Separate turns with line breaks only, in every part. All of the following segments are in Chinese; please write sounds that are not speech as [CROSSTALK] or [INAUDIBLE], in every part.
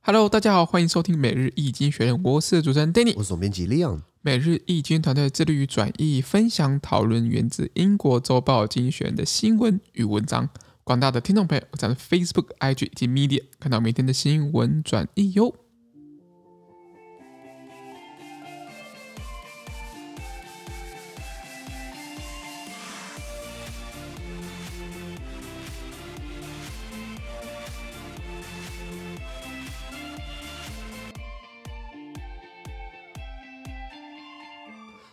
Hello，大家好，欢迎收听每日易经学人，我是主持人 Danny。
我是总编辑 Leon。
每日易经团队致力于转译、分享、讨论源自英国周报精选的新闻与文章。广大的听众朋友，在 Facebook、IG 以及 Media 看到每天的新闻转译哟。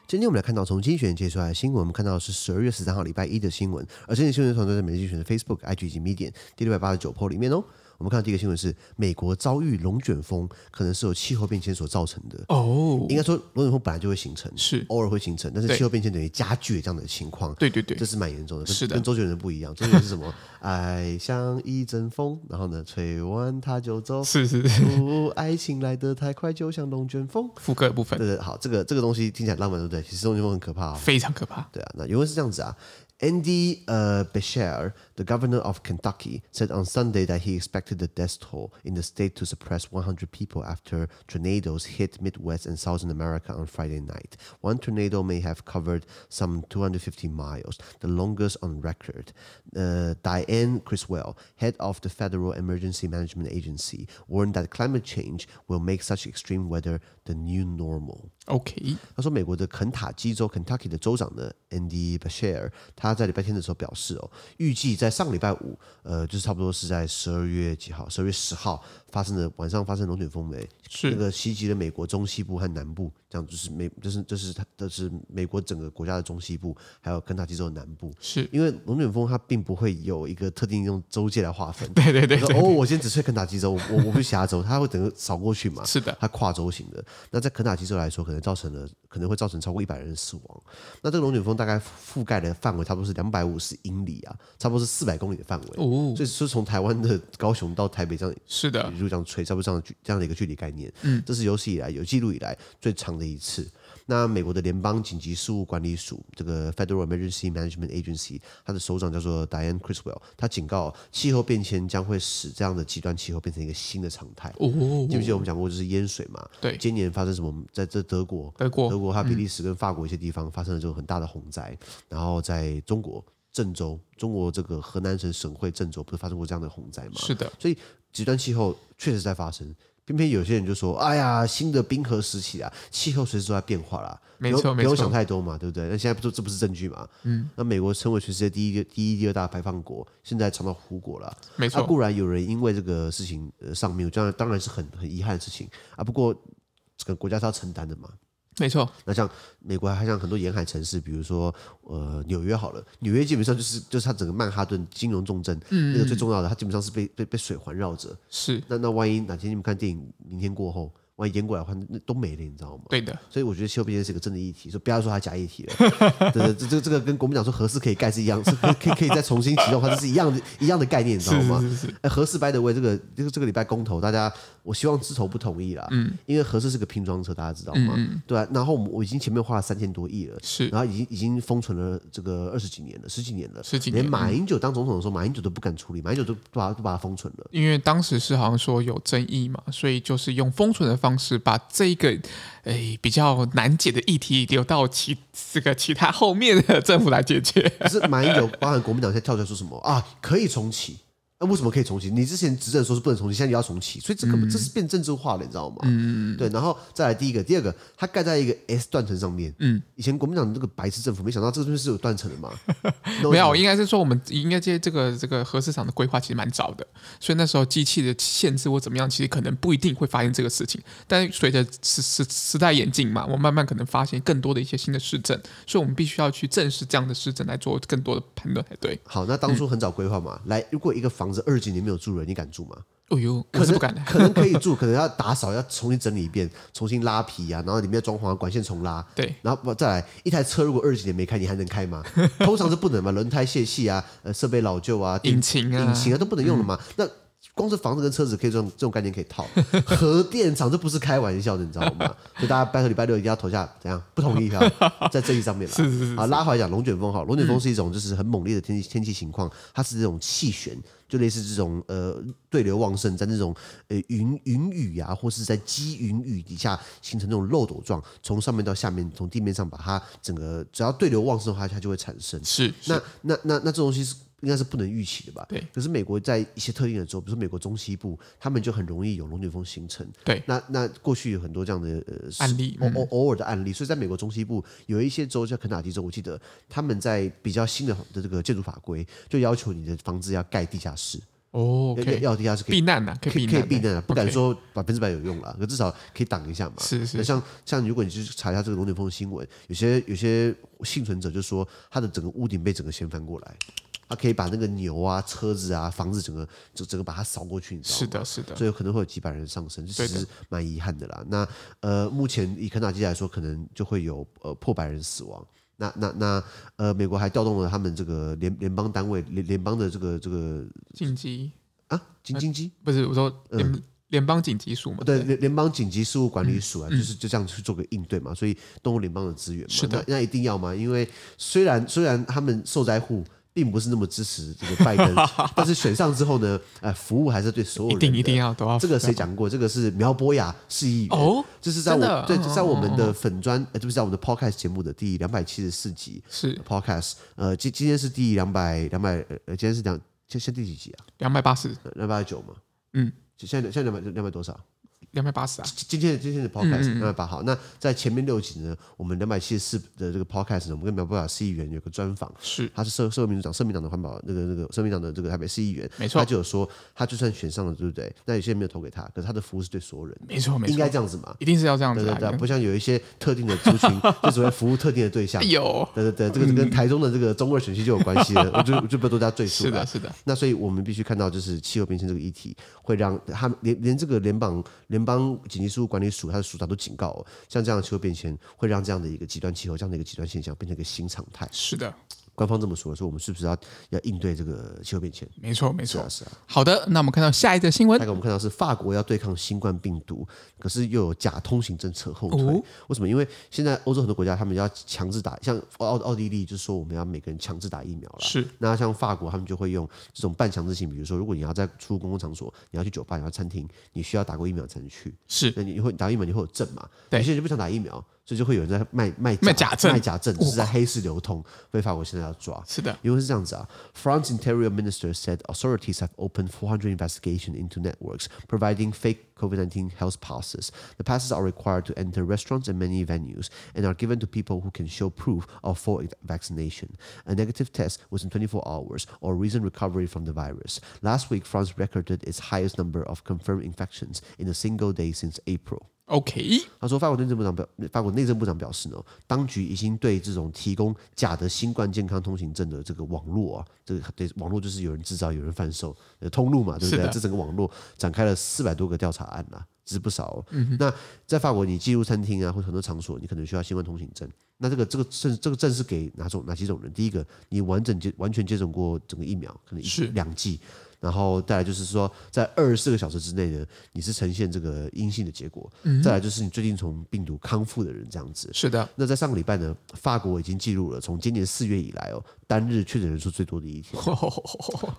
今天我们来看到从精选接出来的新闻，我们看到的是十二月十三号礼拜一的新闻，而这些新闻团队在每日精选的 Facebook、IG 以及 Medium 第六百八十九 p 里面哦。我们看到第一个新闻是美国遭遇龙卷风，可能是由气候变迁所造成的。
哦
应该说，龙卷风本来就会形成，
是
偶尔会形成，但是
对
气候变迁等于加剧了这样的情况。
对对对
这，是蛮严重的，跟
是的
跟周杰伦不一样。周杰伦是什么？爱像一阵风，然后呢，吹完它就走。
是是是，
哦，爱情来得太快，就像龙卷风。
副歌的部分
对对，好，这个这个东西听起来浪漫，对不对？其实龙卷风很可怕、哦。
非常可怕。
对啊，那原文是这样子啊。Andy uh, Beshear, the governor of Kentucky, said on Sunday that he expected the death toll in the state to suppress 100 people after tornadoes hit Midwest and Southern America on Friday night. One tornado may have covered some 250 miles, the longest on record. Uh, Diane Criswell, head of the Federal Emergency Management Agency, warned that climate change will make such extreme weather the new normal.
OK，
他说，美国的肯塔基州 （Kentucky） 的州长呢，Andy Beshear，他在礼拜天的时候表示哦，预计在上礼拜五，呃，就是差不多是在十二月几号，十二月十号发生的晚上发生龙卷风雷，那
是
个袭击了美国中西部和南部，这样就是美，就是就是它，就是美国整个国家的中西部，还有肯塔基州的南部。
是，
因为龙卷风它并不会有一个特定用州界来划分，
对对对
说
对，
哦，我今天只睡肯塔基州，我我我不去其他州，它会整个扫过去嘛？
[LAUGHS] 是的，
它跨州型的。那在肯塔基州来说，可能造成了可能会造成超过一百人死亡。那这个龙卷风大概覆盖的范围差不多是两百五十英里啊，差不多是四百公里的范围。
哦，
所以是从台湾的高雄到台北这样
是的
一，路这样吹，差不多这样的距这样的一个距离概念。
啊嗯，
这是有史以来有记录以来最长的一次。那美国的联邦紧急事务管理署这个 Federal Emergency Management Agency，它的首长叫做 Diane Criswell，他警告气候变迁将会使这样的极端气候变成一个新的常态。
哦
记，不记得我们讲过就是淹水嘛？
对，哦
今年发生什么？在这德国、
德国
德国还有比利时跟法国一些地方发生了这种很大的洪灾，然后在中国郑州，中国这个河南省省会郑州不是发生过这样的洪灾吗？
是的，
所以极端气候确实在发生。偏偏有些人就说：“哎呀，新的冰河时期啊，气候随时都在变化啦。”
没错
不用
没
不用
错
想太多嘛，对不对？那现在不这不是证据嘛？嗯，那美国成为全世界第一、第一、第二大排放国，现在尝到苦果了。
没
啊，
错，
固然有人因为这个事情呃丧命，当然当然是很很遗憾的事情啊。不过整个国家是要承担的嘛。
没错，
那像美国还像很多沿海城市，比如说呃纽约好了，纽约基本上就是就是它整个曼哈顿金融重镇，
嗯
那个最重要的，它基本上是被被被水环绕着。
是
那那万一哪天你们看电影，明天过后，万一淹过来的话，那都没了，你知道吗？
对的，
所以我觉得气候变迁是一个真的议题，所以不要说它假议题
[LAUGHS]
了。对对，这这这个跟国民党说核四可以盖是一样，是 [LAUGHS] 可以可以可以再重新启动，它这是一样的一样的概念，你知道
是
吗？
是是是，
哎，何氏 by the way，这个这个这个礼拜公投，大家我希望枝头不同意啦，嗯，因为何氏是个拼装车，大家知道吗？对、啊，然后我们我已经前面花了三千多亿了，
嗯是
然后已经已经封存了这个二十几年了，十几年了，
十几年嗯
连马英九当总统的时候，马英九都不敢处理，马英九都都把都把它封存了。
因为当时是好像说有争议嘛，所以就是用封存的方式把这一个诶比较难解的议题留到其这个其他后面的政府来解决。
可是马英九，包含国民党现在跳出来说什么啊？可以重启。那、为什么可以重启？你之前执政的时候是不能重启，现在你要重启，所以这根本这是变政治化了，你知道吗？嗯，对。然后再来第一个，第二个，它盖在一个 S 断层上面。嗯，以前国民党这个白痴政府，没想到这个东西是有断层的嘛？
没有，应该是说我们应该这这个这个核市场的规划其实蛮早的，所以那时候机器的限制或怎么样，其实可能不一定会发现这个事情。但随着时时时代演进嘛，我慢慢可能发现更多的一些新的市政，所以我们必须要去正视这样的市政来做更多的判断才对。
好，那当初很早规划嘛，来，如果一个房子二十几年没有住人，你敢住吗？
哦呦，我
可
是
能
不敢的。
可能 [LAUGHS] 可以住，可能要打扫，要重新整理一遍，重新拉皮啊，然后里面的装潢啊管线重拉，
对，
然后不再来一台车，如果二十几年没开，你还能
[LAUGHS]
开吗？通常是不能嘛，轮胎泄气啊，呃，设备老旧啊，电
引擎啊
引擎啊都不能用了嘛。那光是房子跟车子可以这种这种概念可以套，核电厂这不是开玩笑的，你知道吗？ [LAUGHS] 所以大家拜托礼拜六一定要投下怎样不同意啊，
[LAUGHS]
在这一上面啦。
是是是
啊，拉回来讲龙卷风哈，龙卷风是一种就是很猛烈的天气天气情况，它是这种气旋就类似这种呃对流旺盛，在那种呃云云雨啊，或是在积云雨底下形成那种漏斗状，从上面到下面，从地面上把它整个只要对流旺盛的话，它就会产生。
是
那
是
那那那这东西是应该是不能预期的吧？
对
可是美国在一些特定的州，比如说美国中西部，他们就很容易有龙卷风形成。
对
那那过去有很多这样的呃
案例
偶偶偶尔的案例，所以在美国中西部有一些州，像肯塔基州，我记得他们在比较新的的这个建筑法规，就要求你的房子要盖地下室，
哦
要要
，OK，
要地下室可以
避难呐，可
可
以
以可以避
避难
难
的
啊，不敢
OK
说百分之百有用了，可至少可以挡一下嘛。
是是
那像像如果你去查一下这个龙卷风的新闻，有些有些幸存者就说他的整个屋顶被整个掀翻过来，他可以把那个牛啊、车子啊、房子整个整整个把它扫过去，你知道吗？
是的，是的，
啊所以可能会有几百人上升，这其
对的
实蛮遗憾的啦。那呃，目前以肯塔基来说，可能就会有呃破百人死亡。那那那呃，美国还调动了他们这个联联邦单位联联邦的这个这个
紧急
啊
呃
警警机
不是我说联联邦紧急署嘛，
嗯对联联邦紧急事务管
嗯
理署啊，就是就这样去做个应对嘛，所以动物联邦的资源嘛，
是的
那那一定要嘛，因为虽然虽然他们受灾户。并不是那么支持这个拜
[LAUGHS]
登，但是选上之后呢，呃，服务还是对所有
一
人
定
的
一定要都要
这个谁讲过？这个是苗博雅市议员
哦
这是在
真
我
的
对
嗯
在我们的粉砖，呃，就是在我们的 podcast 节目的第两百七十四集
是
podcast，呃，今今天是第两百两百呃，今天是两现现在第几集啊？
两百八十，
两百九吗？
嗯，
现在现在两百两百多少？
两百八十啊，
今今天的今天的 podcast 两百八好，那在前面六集呢，我们两百七十四的这个 podcast 呢，我们跟苗博雅市议员有个专访，
是
他是社社会民主党、社民党的环保那个那个社民党的这个台北市议员，
没错
他就有说，他就算选上了，对不对？那有些人没有投给他，可是他的服务是对所有人的，
没错没
应该
错，
这样子嘛？
一定是要这样
对
子
对
啊
对，，不像有一些特定的
[LAUGHS]
族群，就只会服务特定的对象。
有
对对对，这个
嗯
跟台中的这个中二选区就有关系了，我就我就不多加赘述
是
了
的。是的，
那所以我们必须看到，就是气候变迁这个议题，会让他们连连这个联邦联邦紧急事务管理署它的署长都警告、哦，像这样的气候变迁会让这样的一个极端气候，这样的一个极端现象变成一个新常态。
是的，
官方这么说，所以我们是不是要要应对这个气候变迁？
没错没
是
错
啊，。是啊，
好的，那我们看到下一则新闻
大概我们看到是法国要对抗新冠病毒，可是又有假通行政策后退。
哦
为什么？因为现在欧洲很多国家他们要强制打，像奥奥地利就是说我们要每个人强制打疫苗了。
是
那像法国，他们就会用这种半强制性，比如说，如果你要在出入公共场所，你要去酒吧，你要餐厅，你需要打过疫苗才能去。
是
那你会打疫苗，你会有证嘛？
对
有些人就不想打疫苗，所以就会有人在卖卖
卖假证
卖假证，就是在黑市流通，被法国现在要抓。
是的，
因为是这样子啊，France Interior Minister said authorities have opened 400 investigations into networks providing fake COVID-19 health passes. The passes are required to enter restaurants and many venues and are given to people who can show proof of full vaccination, a negative test within 24 hours, or recent recovery from the virus. Last week, France recorded its highest number of confirmed infections in a single day since April.
OK，
他说，法国内政部长表，法国内政部长表示呢，当局已经对这种提供假的新冠健康通行证的这个网络啊，这个对网络就是有人制造、有人贩售的通路嘛，对不
是
对？
的
这整个网络展开了四百多个调查案啦、这是不少、哦。
嗯
那在法国，你进入餐厅啊，或者很多场所，你可能需要新冠通行证。那这个这个证这个证是给哪种哪几种人？第一个，你完整接完全接种过整个疫苗，可能一
是
两剂。然后再来就是说，在二十四个小时之内呢，你是呈现这个阴性的结果。
嗯
再来就是你最近从病毒康复的人这样子。
是的， [LAUGHS]
那在上个礼拜呢，法国已经进入了从今年四月以来哦，单日确诊人数最多的一
[LAUGHS]
天。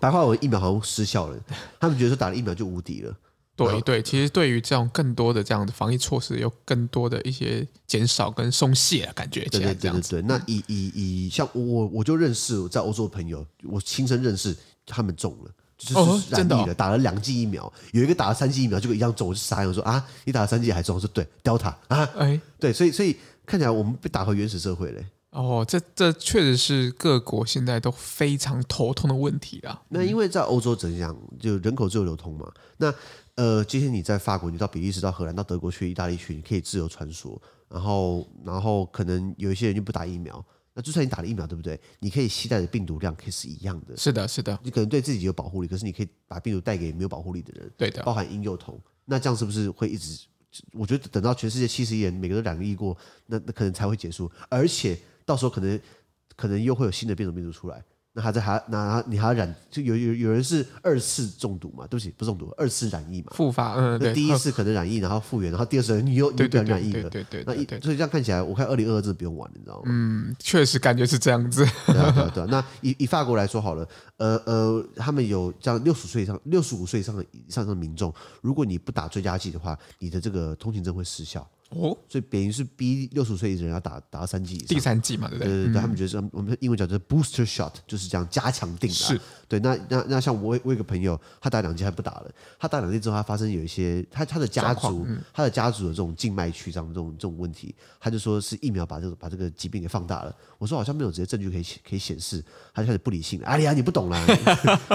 白话文疫苗好像失效了，他们觉得说打了疫苗就无
[LAUGHS]
敌了。
对
嗯
对，其实对于这种更多的这样的防疫措施，有更多的一些减少跟松懈的感觉起
对
来，
对
这
对
样
对
子
对。那以以以像我我我就认识在欧洲的朋友，我亲身认识他们中了。就是
哦
就是染
真的哦
疫了，打了两剂疫苗，有一个打了三剂疫苗，结果一样中，我就傻眼，我说啊，你打了三剂还中？我说对，Delta 啊，
哎，
对，所以所以看起来我们被打回原始社会嘞。
哦，这这确实是各国现在都非常头痛的问题啊啦。
那因为在欧洲怎样，就人口自由流通嘛。那呃，今天你在法国，你到比利时、到荷兰、到德国去、意大利去，你可以自由穿梭。然后，然后可能有一些人就不打疫苗。那就算你打了疫苗，对不对？你可以携带的病毒量可以是一样的。
是的，是的，
你可能对自己有保护力，可是你可以把病毒带给没有保护力的人，
对的
包含婴幼童。那这样是不是会一直？我觉得等到全世界七十亿人，每个都两个亿过，那那可能才会结束。而且到时候可能可能又会有新的变种病毒出来，那他在还那他你还要染，就有有有人是二次中毒嘛？对不起，不是中毒，二次染疫嘛。
复发，嗯，对，
那第一次可能染疫，然后复原，然后第二次你又你
对
又不
对
小心
对
染疫
对
了。
对对
那
对
一
对，
所以这样看起来，我看二零二二真的不用玩了，你知道吗？
嗯，确实感觉是这样
[LAUGHS]
子，
对啊，对啊，对啊。那以以法国来说好了，呃呃，他们有这样六十岁以上、六十五岁以上的以上的民众，如果你不打追加剂的话，你的这个通行证会失效，
哦，
所以等于是逼六十五岁的人要打打到三剂以
第
上。
三季嘛，对不嗯
对
对？
对对，他们觉得是我们英文讲的 booster shot，就是这样加强定的啊、
是
对，那那那像我我有一个朋友，他打两剂还不打了，他打两剂之后，他发生有一些他他的家
状
族、他的家族有这种静脉曲张这种这种问题，他就说是疫苗把这个把这个疾病给放大了。我说好像没有直接证据可以显可以显示，他就开始不理性了。哎呀，你不懂啦！ [LAUGHS]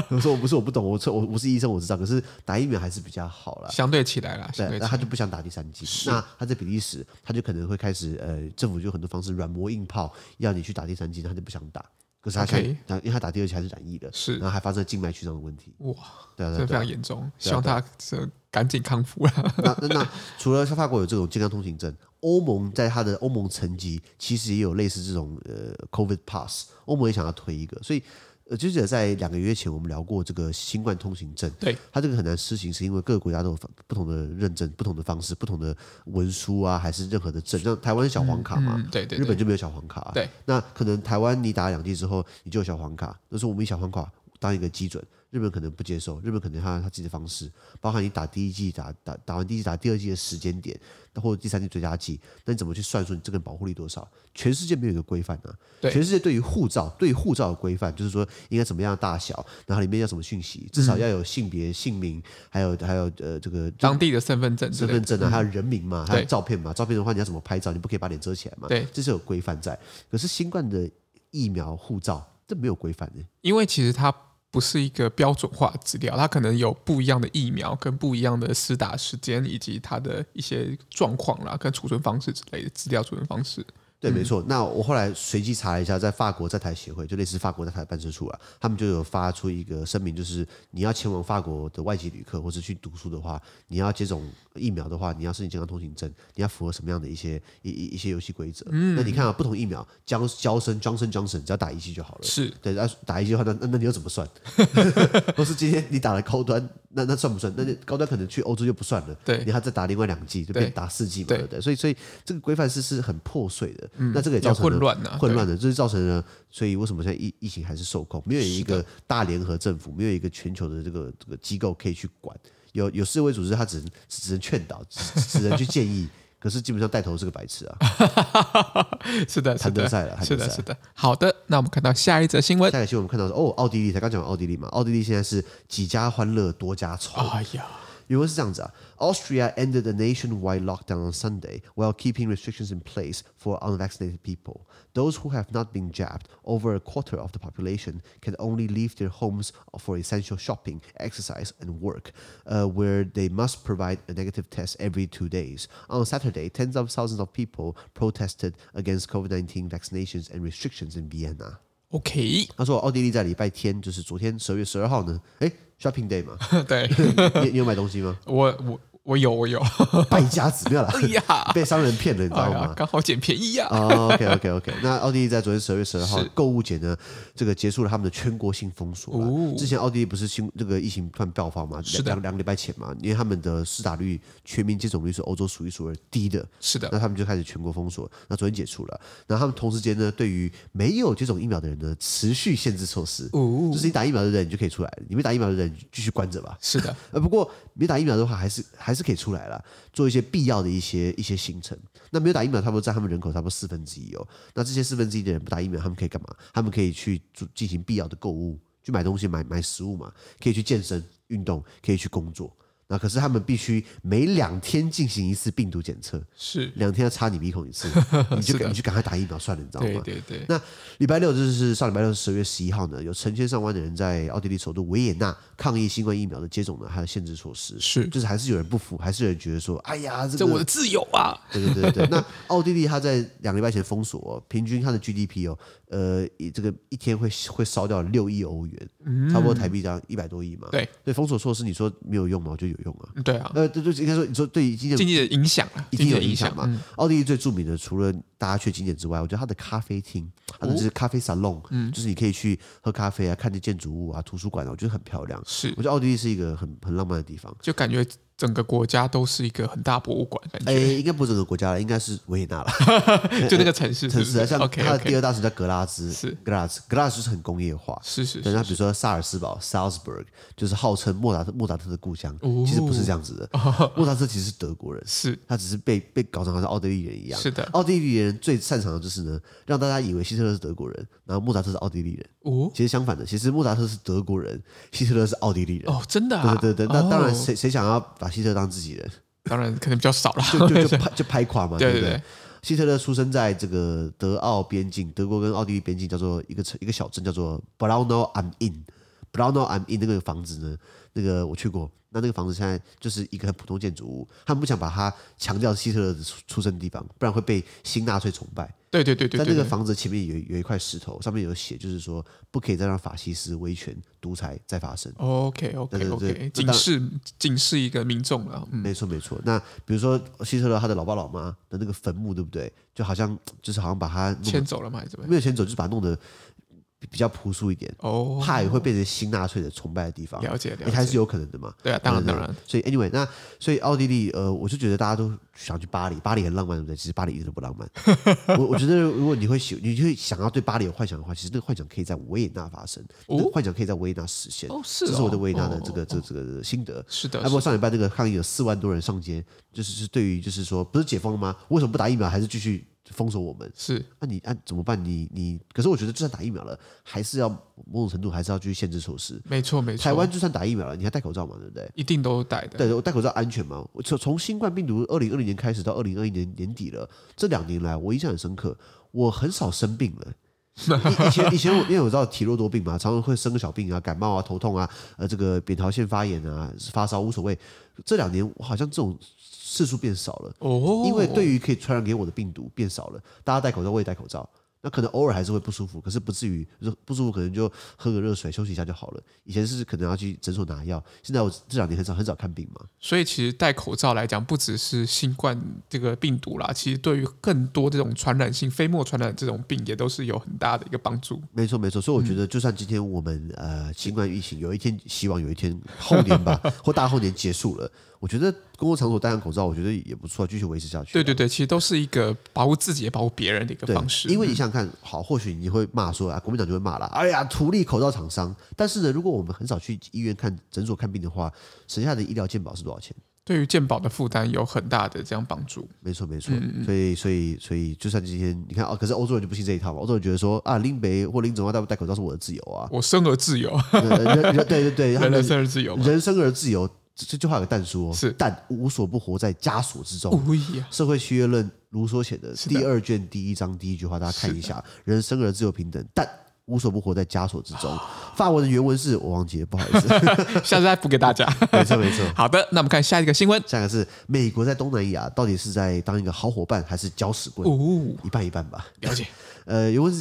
我说我不是我不懂，我错我我是医生我知道，可是打疫苗还是比较好啦。
相对起来啦，相对
啊对，
起
那
来
他就不想打第三剂。那他在比利时，他就可能会开始呃，政府就有很多方式软磨硬泡，要你去打第三剂，他就不想打。可是他想
OK
打因为他打第二剂还是染疫的，
是
然后还发生了静脉曲张的问题。
哇，
对啊，
真的非
对啊对啊
常严重，希望他这赶紧康复啊啦。
那那那除了像法国有这种健康通行证，欧盟在它的欧盟层级其实也有类似这种呃 COVID Pass，欧盟也想要推一个，所以。呃，就记得在两个月前，我们聊过这个新冠通行证。
对，
它这个很难施行，是因为各个国家都有不同的认证、不同的方式、不同的文书啊，还是任何的证。像台湾小黄卡嘛，
嗯，对对
啊日
对，
本就没有小黄卡、啊。
对，
那可能台湾你打了两剂之后，你就有小黄卡，那是我们以小黄卡当一个基准。日本可能不接受，日本可能他他自己的方式，包含你打第一剂、打打打完第一剂、打第二剂的时间点，或者第三剂追加剂，那你怎么去算出你这个保护力多少？全世界没有一个规范啊。
对
全世界对于护照、对于护照的规范，就是说应该怎么样的大小，然后里面要什么讯息，至少要有性别、姓名，还有还有呃这个
嗯当地的身份证之
身
类
份
的，
证啊，还有人名嘛，还有
嗯对
照片嘛。照片的话，你要怎么拍照？你不可以把脸遮起来嘛。
对，
这是有规范在。可是新冠的疫苗护照，这没有规范的。
因为其实它不是一个标准化的资料，它可能有不一样的疫苗跟不一样的施打时间，以及它的一些状况啦，跟储存方式之类的资料储存方式。
对，没错。那我后来随机查了一下，在法国在台协会，就类似法国在台办事处啊，他们就有发出一个声明，就是你要前往法国的外籍旅客或是去读书的话，你要接种疫苗的话，你要申请健康通行证，你要符合什么样的一些一一一些游戏规则？
嗯
那你看啊，不同疫苗，江胶生、Johnson Johnson，只要打一剂就好了。
是
对，那打一句话，那那那你又怎
[LAUGHS]
么算？或是今天你打了高端，那那算不算？那就高端可能去欧洲就不算了，
嗯对
你还再打另外两剂，就
对
变打四剂嘛，
对
对不对？所以所以这个规范是是很破碎的，那这个也造
有
成了
混乱啊呐、
混乱的，就是造成了，所以为什么现在疫疫情还是受控？没有一个大联合政府，没有一个全球的这个这个机构可以去管。有有世卫组织，他只能只能劝导，只只能去建议， [LAUGHS] 可是基本上带头是个白痴
[LAUGHS]
啊。
对是的，是
谭德
的，
赛了，谭
是
德
的，
赛
是的。好的，那我们看到下一则新闻。
下一个新闻我们看到是哦，奥地利才刚讲完奥地利嘛，奥地利现在是几家欢乐多家愁。
哎呀，
原文是这样子啊，Austria ended a nationwide lockdown on Sunday while keeping restrictions in place for unvaccinated people. Those who have not been jabbed, over a quarter of the population, can only leave their homes for essential shopping, exercise, and work, uh, where they must provide a negative test every two days. On Saturday, tens of thousands of people protested against COVID 19 vaccinations and restrictions in Vienna.
OK， [LAUGHS]
他说，奥地利在礼拜天，就是昨天十二月十二号呢，哎，Shopping Day 嘛， [LAUGHS]
对
你你有买东西吗？
我我我有我有，
败家子没有啦，
哎呀，
[LAUGHS] 被商人骗了，你知道
哎呀
吗，？
刚好捡便宜呀、
哦，OK OK
[LAUGHS]
OK，那奥地利在昨天十二月十二号购物节呢，这个结束了他们的全国性封锁了。
哦
之前奥地利不是新这个疫情突然爆发嘛，
是的
两两两个礼拜前嘛，因为他们的施打率全民接种率是欧洲数一数二低的，
是的，
那他们就开始全国封锁。那昨天解除了，那他们同时间呢，对于没有接种疫苗的人呢，持续限制措施。
哦
就，是你打疫苗的人，你就可以出来；你没打疫苗的人，你就继续关着吧。
是的，
呃，不过没打疫苗的话，还是还是可以出来啦，做一些必要的一些一些行程。那没有打疫苗，差不多占他们人口差不多四分之一哦。那这些四分之一的人不打疫苗，他们可以干嘛？他们可以去做进行必要的购物，去买东西、买买食物嘛，可以去健身运动，可以去工作。那可是他们必须每两天进行一次病毒检测，
是，
两天要插你鼻孔
[LAUGHS]
一次，你就是
的
你就赶快打疫苗算了，你知道
对
吗？
对对，
那礼拜六就是上礼拜六十月十一号呢，有成千上万的人在奥地利首都维也纳抗议新冠疫苗的接种呢，还有限制措施，
是
就是还是有人不服，还是有人觉得说，哎呀，这
这
个
我的自由啊，
对对
[LAUGHS]
对对对。那奥地利它在两个礼拜前封锁哦、平均它的 GDP 哦，呃，一这个一天会会烧掉六亿欧元，差不多台币这样一百多亿嘛。
嗯对
对，封锁措施你说没有用吗？我觉得有用啊。
嗯对啊，
呃，对对，应该说你说对经
经
典
济的影响啊，
一定有
经济的
影响嘛
嗯。
奥地利最著名的，除了大家去景点之外，我觉得它的咖啡厅，
哦
它的就是咖啡 salon，、就是
嗯
你可以去喝咖啡啊，看着建筑物啊、图书馆啊，我觉得很漂亮。
是
我觉得奥地利是一个很很浪漫的地方。
就感觉整个国家都是一个很大博物馆，感 [LAUGHS]
哎，
觉
应该不是整个国家了，应该是维也
[LAUGHS]
[LAUGHS] 纳了。
就那个城市，
城市啊，像
OK
它的第
OK，
二大城叫格拉兹，
是
格拉兹，格拉兹就是很工业化。
是是
对，
是
那比如说萨尔斯堡 （Salzburg） 就是号称莫扎特莫扎特的故乡，
哦
其实不是这样子的。莫扎特其实是德国人，
是
他只是被被搞成好像奥地利人一样。
是的
奥地利人最擅长的就是呢，让大家以为希特勒是德国人，然后莫扎特是奥地利人。
哦
其实相反的，其实莫扎特是德国人，希特勒是奥地利人。
哦，真的啊，
对对对，那当然
哦
谁谁想要把希特勒当自己人，
当然可能比较少啦，
就就就拍就拍垮嘛，
[LAUGHS] 对
不
对对？
希特勒出生在这个德奥边境，德国跟奥地利边境，叫做一个城一个小镇，叫做 Braunau am Inn。Braunau am Inn 那个房子呢，那个我去过，那那个房子现在就是一个很普通建筑物，他们不想把它强调希特勒的出出生地方，不然会被新纳粹崇拜。
对对对对
在那
对
个
对，
房子前面有有一块石头，上面有写，就是说不可以再让法西斯威权独裁再发生。
OK OK
对对对
OK，
那
警
当
示警示一个民众了，嗯，
没错没错。那比如说希特勒他的老爸老妈的那个坟墓，对不对？就好像就是好像把他弄得
迁走了嘛，还是怎么样？
没有钱走，就是把它弄得比比较朴素一点，
哦，
怕也会变成新纳粹的崇拜的地方，
了解
也
了
还
解，
是有可能的嘛。
对啊，当然
对
当
对
然，
所以 anyway，那所以奥地利，呃，我就觉得大家都想去巴黎，巴黎很浪漫，对不对？其实巴黎一点都不浪漫。我我觉得如果你会喜，你会想要对巴黎有幻想的话，其实那个幻想可以在维也纳发生，
哦
那个幻想可以在维也纳实现。
哦是哦
这是我对维也纳的
哦
这个、这个、这个心得。
是的
啊，，不过上礼拜那个抗议有四万多人上街，就是是对于就是说不是解封了吗？为什么不打疫苗还是继续封锁我们？
是
那、你按、怎么办？你你，可是我觉得就算打疫苗了，还是要某种程度还是要去限制措施。
没错没错，
台湾就算打疫苗了，你还戴口罩嘛，对不对？
一定都带的，
对，我戴口罩安全吗？我从从新冠病毒二零二零年开始到二零二一年年底了，这两年来我印象很深刻，我很少生病了。以以前以前我因为我知道体弱多病嘛，常常会生个小病啊，感冒啊、头痛啊，呃，这个扁桃腺发炎啊、发烧无所谓。这两年我好像这种次数变少了。
哦，
因为对于可以传染给我的病毒变少了，大家戴口罩，我也戴口罩。那可能偶尔还是会不舒服，可是不至于热不舒服，可能就喝个热水休息一下就好了。以前是可能要去诊所拿药，现在我这两年很少很少看病嘛。
所以其实戴口罩来讲，不只是新冠这个病毒啦，其实对于更多这种传染性、飞沫传染这种病，也都是有很大的一个帮助。
没错没错，所以我
嗯
觉得就算今天我们呃新冠疫情有一天希望有一天后年
[LAUGHS]
吧或大后年结束了，我觉得公共场所戴上口罩，我觉得也不错，啊继续维持下去。
对对对，其实都是一个保护自己也保护别人的一个
对，
方式。
因为你想想看，好，或许你会骂说啊，国民党就会骂啦，哎呀，图利口罩厂商。但是呢，如果我们很少去医院看诊所看病的话，省下的医疗健保是多少钱？
对于健保的负担有很大的这样帮助。
没错，没错。
嗯
所以，所以，所以，就算今天你看啊，可是欧洲人就不信这一套嘛。欧洲人觉得说啊，林北或林总要戴不戴口罩是我的自由
[LAUGHS]
啊。
我生而自
[LAUGHS]
由，
呃人人对对对，他
人人
们
生而自由嘛。
人生而自由，这这句话有个蛋说，
是
蛋无所不活在枷锁之中。
无疑啊，
社会契约论，卢梭写的
的
第二卷第一章第一句话，大家看一下：人生而自由平等，但无所不活在枷锁之中。
啊
法文的原文是我忘记了，不好
[LAUGHS]
意思。
下次再补给大家。
没 [LAUGHS] 错没错。
好的，那我们看下一个新闻。
下一个是美国在东南亚到底是在当一个好伙伴还是搅屎棍？
哦，
一半一半吧。
了解。
Uh, it was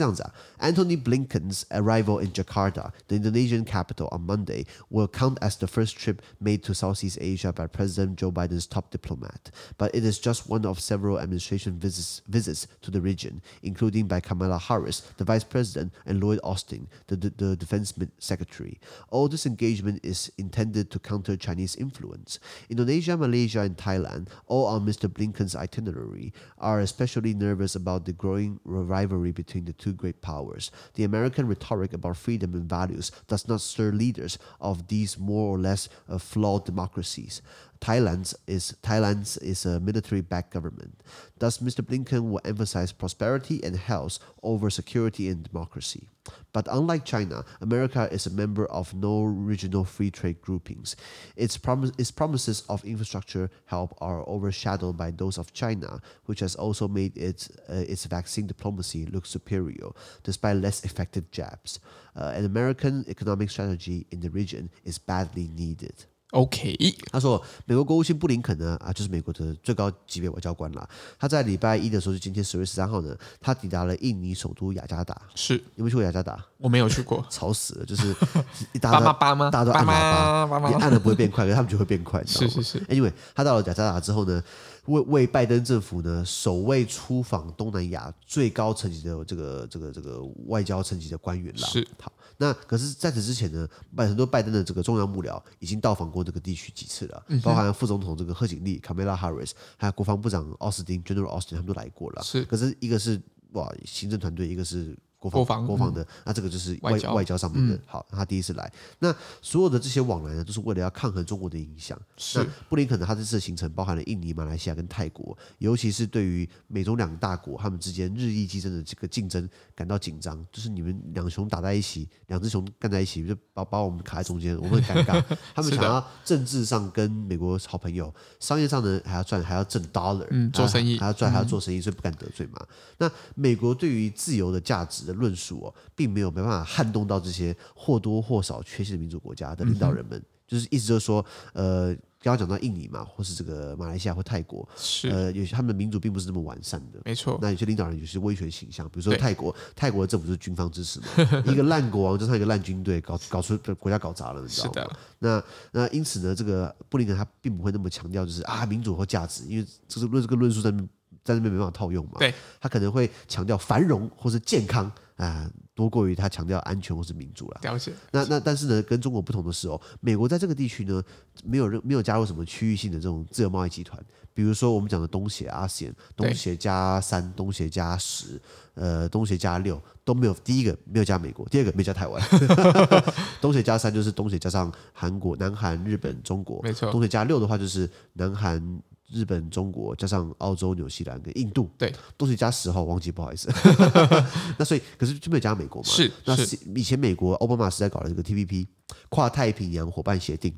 Anthony Blinken's arrival in Jakarta, the Indonesian capital, on Monday will count as the first trip made to Southeast Asia by President Joe Biden's top diplomat. But it is just one of several administration visits, visits to the region, including by Kamala Harris, the vice president, and Lloyd Austin, the, the, the defense min- secretary. All this engagement is intended to counter Chinese influence. Indonesia, Malaysia, and Thailand, all on Mr. Blinken's itinerary, are especially nervous about the growing rivalry between the two great powers. The American rhetoric about freedom and values does not stir leaders of these more or less uh, flawed democracies. Thailand's is Thailand's is a military-backed government. Thus, Mr. Blinken will emphasize prosperity and health over security and democracy. But unlike China, America is a member of no regional free trade groupings. Its, promise, its promises of infrastructure help are overshadowed by those of China, which has also made its, uh, its vaccine diplomacy look superior, despite less effective jabs. Uh, an American economic strategy in the region is badly needed.
OK，
他说，美国国务卿布林肯呢，啊，就是美国的最高级别外交官啦。他在礼拜一的时候，就今天十月十三号呢，他抵达了印尼首都雅加达。
是
你们去过雅加达？。
我没有去过
吵死了，就是
[LAUGHS]
一大
巴
家
妈巴吗？
都大家都
巴
按喇
妈
叭，
巴
你
妈。
按了不会变快，可是他们就会变快，你知道
是是
吗？
是，
Anyway，他到了雅加达之后呢，为为拜登政府呢首位出访东南亚最高层级的这个这个这个外交层级的官员啦。
是
好，那可是在此之前呢，拜很多拜登的这个重要幕僚已经到访过这个地区几次了，
嗯
包含副总统这个贺锦丽、卡梅拉·哈里斯，还有国防部长奥斯汀 （General Austin） 他们都来过了。
是
可是一个是哇行政团队，一个是。国防
国防
国防的，那这个就是
外
外
交嗯
外交上面的。好，他第一次来，那所有的这些往来呢，都是为了要抗衡中国的影响。
是
那布林肯呢，他这次的行程包含了印尼、马来西亚跟泰国，尤其是对于美中两大国他们之间日益激增的这个竞争感到紧张，就是你们两熊打在一起，两只熊干在一起，就把把我们卡在
[LAUGHS]
中间，我们很尴尬。他们
是的
想要政治上跟美国好朋友，商业上呢还要赚，还要挣 dollar，
嗯做生意
啊还要赚，还要做生意，所以不敢得罪嘛。那美国对于自由的价值的论述哦，并没有没办法撼动到这些或多或少缺陷的民主国家的领导人
嗯
们，就是意思就是说，呃，刚刚讲到印尼嘛，或是这个马来西亚或泰国，
是，
呃，有些他们的民主并不是那么完善的。
没错，
那有些领导人有些威权形象，比如说
对
泰国，泰国的政府就是军方支
[LAUGHS]
持嘛，一个烂国王加上一个烂军队，搞搞出国家搞砸了，你知
是
道吗？
的，
那那因此呢，这个布林肯他并不会那么强调就是啊民主或价值，因为这个论这个论述在那边在那边没办法套用嘛。
对，
他可能会强调繁荣或是健康啊、多过于他强调安全或是民主啦。
了解，
那那但是呢，跟中国不同的是哦，美国在这个地区呢，没有任没有加入什么区域性的这种自由贸易集团，比如说我们讲的东协、阿联、东协加三、东协加十、呃东协加六都没有。第一个没有加美国，第二个没有加台
[LAUGHS]
湾。 [LAUGHS] 东协加三就是东协加上韩国、南韩、日本、中国，
没错
东协加六的话就是南韩。日本、中国加上澳洲、纽西兰跟印度，
对，
东协加十号忘记，不好意思。
[LAUGHS]
那所以，可是就没有加美国嘛？
是
那
是
是以前美国奥巴马时代搞了这个 TPP 跨太平洋伙伴协定，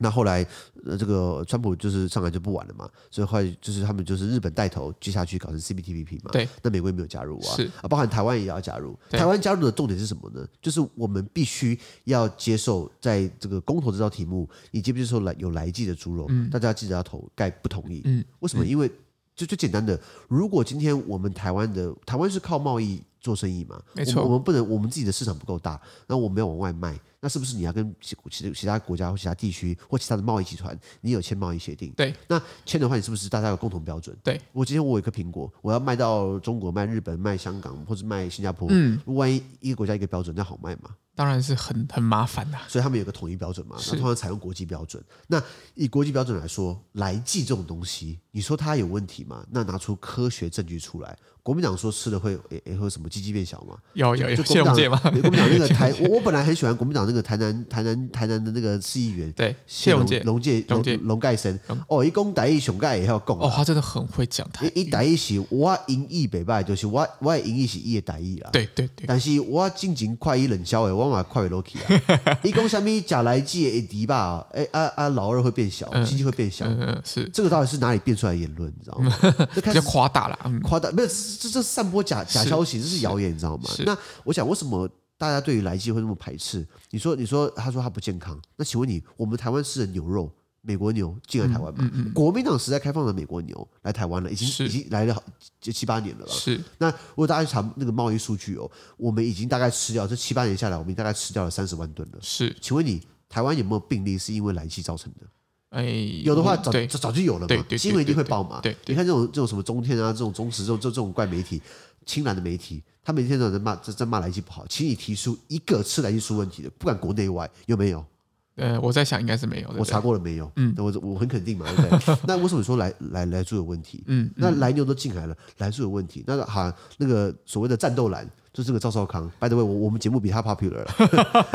那后来呃这个川普就是上来就不玩了嘛，所以后来就是他们就是日本带头接下去搞成 CPTPP 嘛，
对，
那美国也没有加入啊，
是
啊，包含台湾也要加入。
对
台湾加入的重点是什么呢？就是我们必须要接受在这个公投这道题目，你接不接受来有来记的猪肉，大家记得要投盖不同意，
嗯，
为什么？因为就最简单的，如果今天我们台湾的台湾是靠贸易做生意嘛，
没错
我们我们不能我们自己的市场不够大，那我们要往外卖，那是不是你要跟其其其他国家或其他地区或其他的贸易集团，你有签贸易协定？
对，
那签的话，你是不是大家有共同标准？
对，
我今天我有一颗苹果，我要卖到中国、卖日本、卖香港或者卖新加坡，
嗯，
万一一个国家一个标准，那好卖吗？
当然是很很麻烦啊的，
所以他们有个统一标准嘛，那通常采用国际标准。那以国际标准来说，来记这种东西，你说它有问题吗？那拿出科学证据出来。国民党说吃了会也也会什么鸡鸡变小吗？
有有哎有，
就国
谢我们
民党，
姐吗？
对国民党那个 [LAUGHS] 台，我我本来很喜欢国民党那个台南台南台南的那个市议员
对，谢
龙
永姐，
龙介
龙介嗯
龙龙盖生，哦，一公打一熊盖也要共
哦，他真的很会讲台，
一一打一是我赢一北拜，就是我我的赢一是一的打一啦。
对对对，
但是我进前快伊冷消诶，我嘛快伊 l o k
[LAUGHS]
啊。伊讲啥物假来记会敌吧？诶啊啊，老二会变小，经济会变小，
嗯嗯，是
这个到底是哪里变出来的言论？你知道
[LAUGHS]
吗？
比
这开始
较夸大了，嗯，
夸大，没有这这散播假假消息，这是谣言，你知道吗？那我想，为什么大家对于来记会那么排斥？你说，你说，他说他不健康，那请问你，我们台湾吃的牛肉，美国牛进来台湾吗？国民党时代开放的美国牛来台湾了，已
嗯是
经已经来了好七七八年了吧？
是
那如果大家去查那个贸易数据哦，我们已经大概吃掉这七八年下来，我们大概吃掉了三十万吨了。
是，
请问你台湾有没有病例是因为来气造成的？
哎，
有的话
嗯
早
对
早早就有了嘛，
对对对
新闻一定会报嘛。
对对对
你看这种这种什么中天啊，这种中时这种这种怪媒体，青蓝的媒体，他每天都有在骂在在骂来气不好，请你提出一个吃来气出问题的，不管国内外有没有？
呃，我在想应该是没有的，
我查过了没有？嗯，我我很肯定嘛，对不 [LAUGHS] 对？那为什么说来来来猪有问题？嗯，那来牛都进来了，来猪有问题。那好，那个所谓的战斗蓝，就是这个赵少康。By the way，我我们节目比他 popular 了，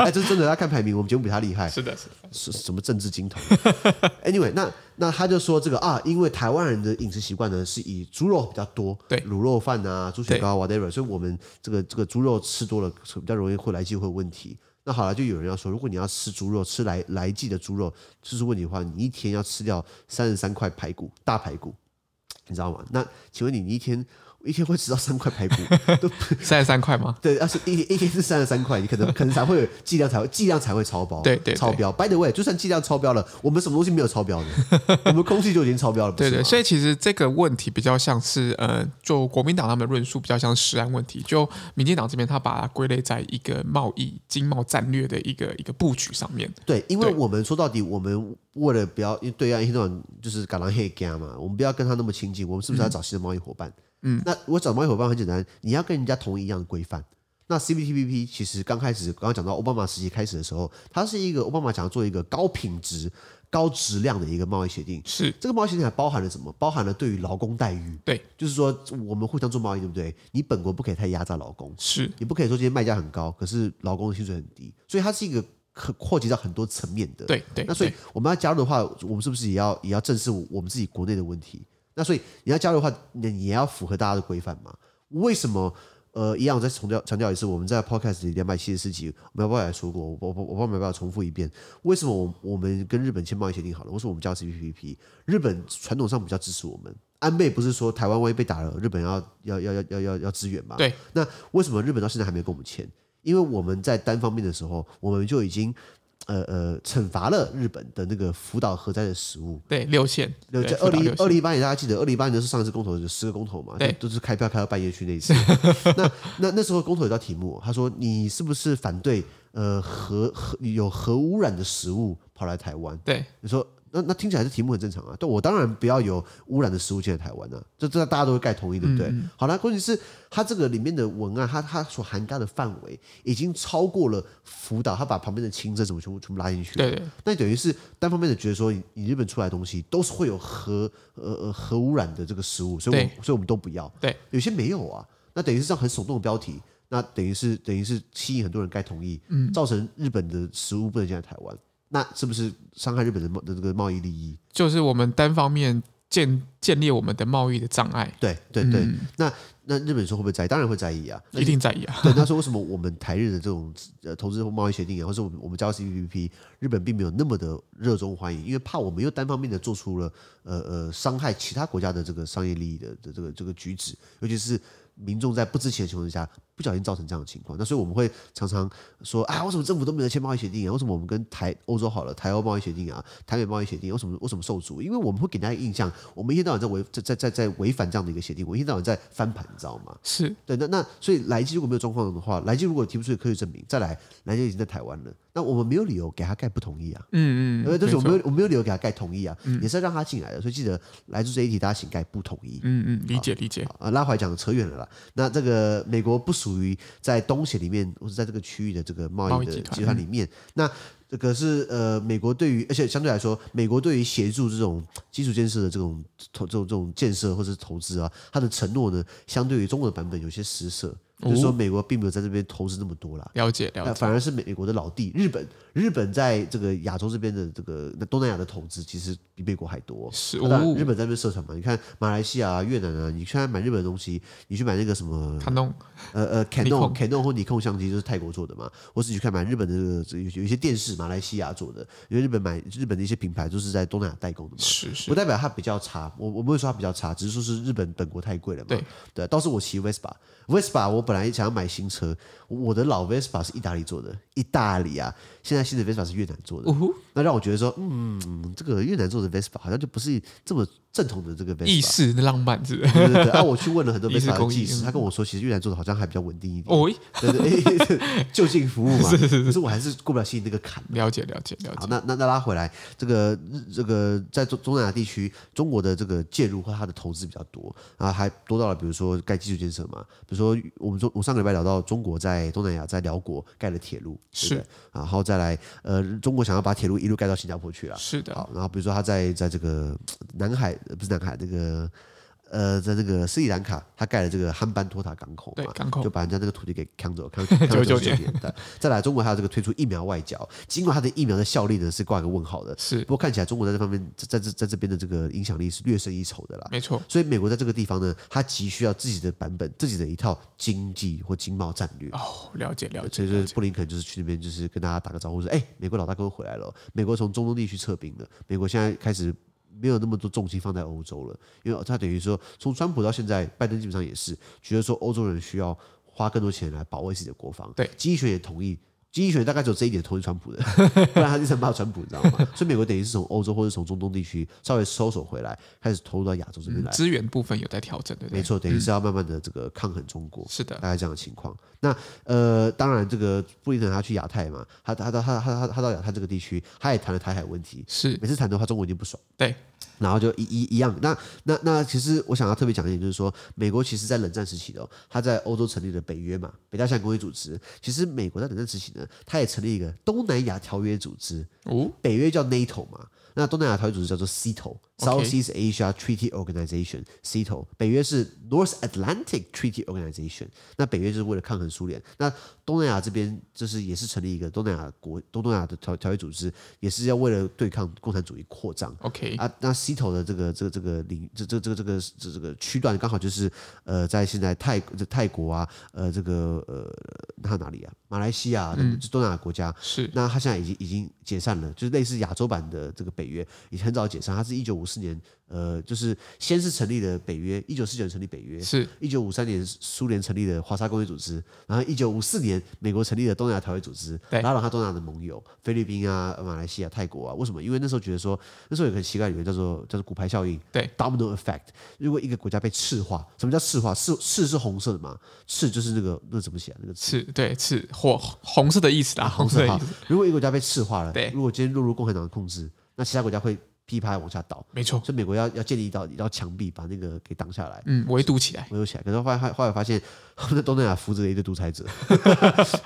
[LAUGHS] 哎，这是真的。他看排名，我们节目比他厉害。
是的，是的，
什什么政治金童啊 [LAUGHS] ？Anyway，那那他就说这个啊，因为台湾人的饮食习惯呢是以猪肉比较多，
对
卤肉饭啊、猪血糕啊 whatever，所以我们这个这个猪肉吃多了比较容易会来记会有问题。那好了，就有人要说，如果你要吃猪肉，吃来来记的猪肉吃出问题的话，你一天要吃掉三十三块排骨，大排骨，你知道吗？那请问你，你一天一天会吃到三块排骨，都
三十三块吗？
对，要是一一天是三十三块，你可能可能才会有剂量才会剂量才会超标，
对对对
超标。By the way，就算剂量超标了，我们什么东西没有
[LAUGHS]
超标呢？我们空气就已经超标了，不
对
是
对，
吗
所以其实这个问题比较像是呃，就国民党他们的论述比较像是食安问题，就民进党这边他把它归类在一个贸易经贸战略的一个一个布局上面。
对，因为
对
我们说到底，我们为了不要因为对岸一天到晚就是赶狼黑干嘛，我们不要跟他那么亲近，我们是不是要找新的贸易伙伴？嗯，那我找贸易伙伴很简单，你要跟人家同一样的规范。那 CPTPP 其实刚开始，刚刚讲到奥巴马时期开始的时候，它是一个奥巴马想要做一个高品质、高质量的一个贸易协定。
是
这个贸易协定还包含了什么？包含了对于劳工待遇，
对，
就是说我们互相做贸易，对不对？你本国不可以太压榨劳工，
是，
也不可以说今天卖价很高，可是劳工的薪水很低，所以它是一个可扩及到很多层面的。，
对对。
那所以
对
我们要加入的话，我们是不是也要也要正视我们自己国内的问题？那所以你要加入的话，你你也要符合大家的规范嘛？为什么？呃，一样，我再强调强调一次，我们在 podcast 里两百七十四集，我们要不要也说过？我我我我帮没办法重复一遍，为什么我我们跟日本签贸易协定好了？为什么我们加入 CPTPP？日本传统上比较支持我们，安倍不是说台湾万一被打了，日本要要要要要要要支援嘛？
对。
那为什么日本到现在还没有跟我们签？因为我们在单方面的时候，我们就已经呃呃惩罚了日本的那个福岛核灾的食物。
对六线，
有
对
在
福
二
岛
零
六线
二零一八年，大家记得二零一八年是上一次公投有十个公投嘛？
对
都是开票开到半夜去那一次。那那那时候公投有道题目，他说你是不是反对呃核核有核污染的食物跑来台湾？
对
你说那那听起来这题目很正常啊，但我当然不要有污染的食物进来台湾啊，这这大家都会盖同意，对不对？
嗯
好啦，关键是它这个里面的文案，它它所涵盖的范围已经超过了福岛，它把旁边的轻症什么全部全部拉进去了。
对对
那等于是单方面的觉得说，你你日本出来的东西都是会有核呃呃核污染的这个食物，所以我们所以我们都不要。
对，
有些没有啊。那等于是这样很耸动的标题，那等于是等于是吸引很多人该同意，造成日本的食物不能进来台湾，那是不是伤害日本的贸的这个贸易利益？
就是我们单方面建建立我们的贸易的障碍，
对对对，那那日本说会不会在意？当然会在意啊。那
一定在意啊。
对，那说为什么我们台日的这种呃投资或贸易协定啊，或是我们我们加入 CPTPP，日本并没有那么的热衷欢迎，因为怕我们又单方面的做出了呃呃伤害其他国家的这个商业利益的的这个这个举止，尤其是民众在不知情的情况下，不小心造成这样的情况。那所以我们会常常说啊，为什么政府都没有签贸易协定啊？为什么我们跟台欧洲好了，台欧贸易协定啊，台美贸易协定，为什么为什么受阻？因为我们会给大家印象，我们一天到晚在违在在在在违反这样的一个协定，我一天到晚在翻盘，你知道吗？
是
对，那那所以来基如果没有状况的话，来基如果提不出科学证明，再来来基已经在台湾了，那我们没有理由给他盖不同意啊，
嗯嗯，
呃、就是我
没错
没
嗯
有我没有理由给他盖同意啊，也是要让他进来的，所以记得来自这一题大家请盖不同意。
嗯嗯，理解理解。
啊，拉回来讲扯远了啦。那这个美国不属于在东协里面或者在这个区域的这个贸
贸
易
易
的
集团
集团里面，那这个是呃美国对于，而且相对来说，美国对于协助这种基础建设的这种投这种这种建设或者是投资啊，它的承诺呢，相对于中国的版本有些失色，就是说美国并没有在这边投资那么多啦。
了解哦了
那
解，
反而是美美国的老弟日本，日本在这个亚洲这边的这个那东南亚的投资，其实比美国还多。
是
那当然
哦
日，本在那边设厂嘛，你看马来西亚、啊、越南啊，你现在买日本的东西，你去买那个什么
他弄
呃呃 Canon
Nikon
Canon 或尼控相机，就是泰国做的嘛，或是你去看买日本的这个有有一些电视，马来西亚做的，因为日本买日本的一些品牌都是在东南亚代工的嘛。
是是
不代表它比较差，我我不会说它比较差，只是说是日本本国太贵了嘛。
对
对，啊倒是我骑 Vespa，Vespa 我本来想要买新车，我的老 Vespa 是意大利做的，意大利啊，现在新的 Vespa 是越南做的，
呜呼，
那让我觉得说，嗯，这个越南做的 Vespa 好像就不是这么正统的这个 Vespa。
意式的浪漫是不是？
对对对，啊，我去问
[LAUGHS]
了很多
意式
Vespa 的
工
技
艺
师，他跟我说，其实越南做的好像还比较稳定一
嗯
点，
哦，
[LAUGHS] 对对对， [LAUGHS] 就近服务嘛。可是我还是过不了心里那个坎。
了解了解了解，
好，那那那拉回来，这个日这个在中中南亚地区，中国的这个介入和它的投资比较多，啊，还多到了比如说盖基础建设嘛，比如说我们说我上个礼拜聊到中国在东南亚在辽国盖了铁路，对不对
是，
然后再来呃中国想要把铁路一路盖到新加坡去了，
是的，
好，然后比如说他在在这个南海呃不是南海这个呃在这个斯里兰卡，他盖了这个汉班托塔港口嘛，
对港口
就把人家这个土地给抢走，看看
九九年
年代。再来，中国还有这个推出疫苗外交，尽管它的疫苗的效力呢是挂一个问号的，
是
不过看起来中国在这方面在在这在这边的这个影响力是略胜一筹的啦。
没错，
所以美国在这个地方呢，它急需要自己的版本，自己的一套经济或经贸战略。
哦，了解了
所
解
以
了
说
解，
布林肯就是去那边，就是跟大家打个招呼说：“哎、美国老大哥回来了哦，美国从中东地区撤兵了，美国现在开始没有那么多重心放在欧洲了，因为他等于说从川普到现在，拜登基本上也是觉得说欧洲人需要花更多钱来保卫自己的国防。
对
经济学也同意。经济学大概只有这一点同意川
[LAUGHS]
普的，不然他经常骂川普，你知道吗？所以美国等于是从欧洲或者从中东地区稍微收手回来，开始投入到亚洲这边来。
资源部分有在调整，对不
没
对？
错，等于是要慢慢的这个抗衡中国。
是的，
大概这样的情况。那呃，当然，这个布林肯他去亚太嘛，他他他他他他到亚太这个地区，他也谈了台海问题。
是
每次谈的话，中国已经不爽，
对，
然后就一一一样。那那那，其实我想要特别讲一点，就是说，美国其实在冷战时期的、哦，他在欧洲成立了北约嘛，北大西洋公约组织。其实美国在冷战时期呢，他也成立一个东南亚条约组织，
哦，
北约叫 NATO 嘛，那东南亚条约组织叫做 CETO，South East Asia Treaty Organization，CETO。北约是 North Atlantic Treaty Organization，那北约就是为了抗衡苏联。那东南亚这边就是也是成立一个东南亚国东东南亚的条条约组织，也是要为了对抗共产主义扩张。
OK，
啊，那西头的这个这个这个领这这这个这个这这个区段刚好就是呃，在现在泰这泰国啊，呃，这个呃，那哪里啊，马来西亚、等东南亚国家，
是
那他现在已经已经解散了，就是类似亚洲版的这个北约，已经很早解散。它是一九五四年，呃，就是先是成立了北约，一九四九年成立北约，
是
一九五三年苏联成立了华沙公约组织，然后一九五四年美国成立了东南亚条约组织，
对
然后让他东南亚的盟友，菲律宾啊、马来西亚、泰国啊，为什么？因为那时候觉得说，那时候有个很奇怪的理论叫做叫做骨牌效应，
对
，domino effect。如果一个国家被赤化，什么叫赤化？赤赤是红色的嘛？赤就是那个那怎么写、啊？那个赤。
是，对是火红色的意思啦，啊红色的
好 [LAUGHS]
意思，，
如果一个国家被赤化了
对，
如果今天落入共产党的控制，那其他国家会噼啪往下倒。
没错，
所以美国要要建立一道一道墙壁，把那个给挡下来。
嗯，围堵起来，
没有起来，可是后来后来发现， [LAUGHS] 他们在东南亚扶植了一堆独裁者， [LAUGHS]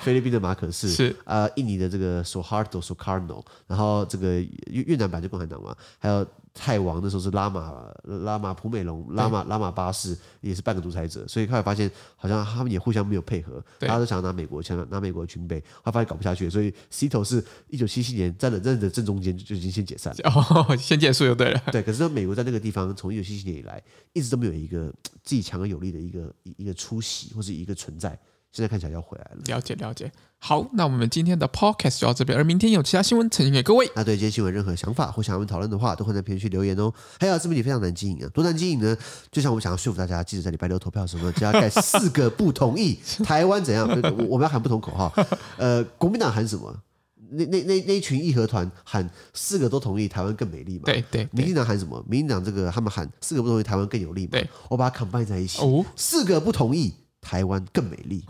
菲律宾的马可仕，
是
呃，印尼的这个 Suharto Sukarno，然后这个越越南版就共产党嘛，还有泰王那时候是拉玛拉玛普美龙拉玛拉玛巴士也是半个独裁者，所以后来发现好像他们也互相没有配合，大
对
家都想要拿美国枪拿美国的军备，后来发现搞不下去，所以 C 头是一九七七年在冷战的正中间就就已经先解散了。
[LAUGHS] 哦，先结束就对了，
对，可是呢，美国在那个地方从一九七七年以来，一直都没有一个自己强而有力的一个一一个出席或是一个存在，现在看起来要回来了。
了解了解。好，那我们今天的 podcast 就到这边，而明天有其他新闻呈现给各位。
那对今天新闻有任何想法或想要我们讨论的话，都欢迎在评论区留言哦。还有这边也非常难经营啊，多难经营呢？就像我们想要说服大家，记得在礼拜六投票的时候呢，就要盖四个不
[LAUGHS]
同意。台湾怎样？我我我们要喊不同口号。呃，国民党喊什么？那那那那一群义和团喊四个都同意，台湾更美丽嘛？
对对
民
对，
进党喊什么？民进党这个他们喊四个不同意，台湾更有利嘛？
对，
我把它 combine 在一起，
哦
四个不同意，台湾更美丽。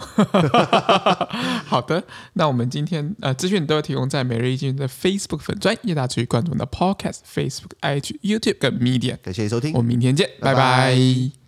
好的，那我们今天呃资讯都有提供在每日一经的 Facebook 粉专，也大家注意关注我们的 podcast、Facebook、IG、YouTube 跟 Media。
感谢你收听
我，们明天见，
拜
拜
拜
拜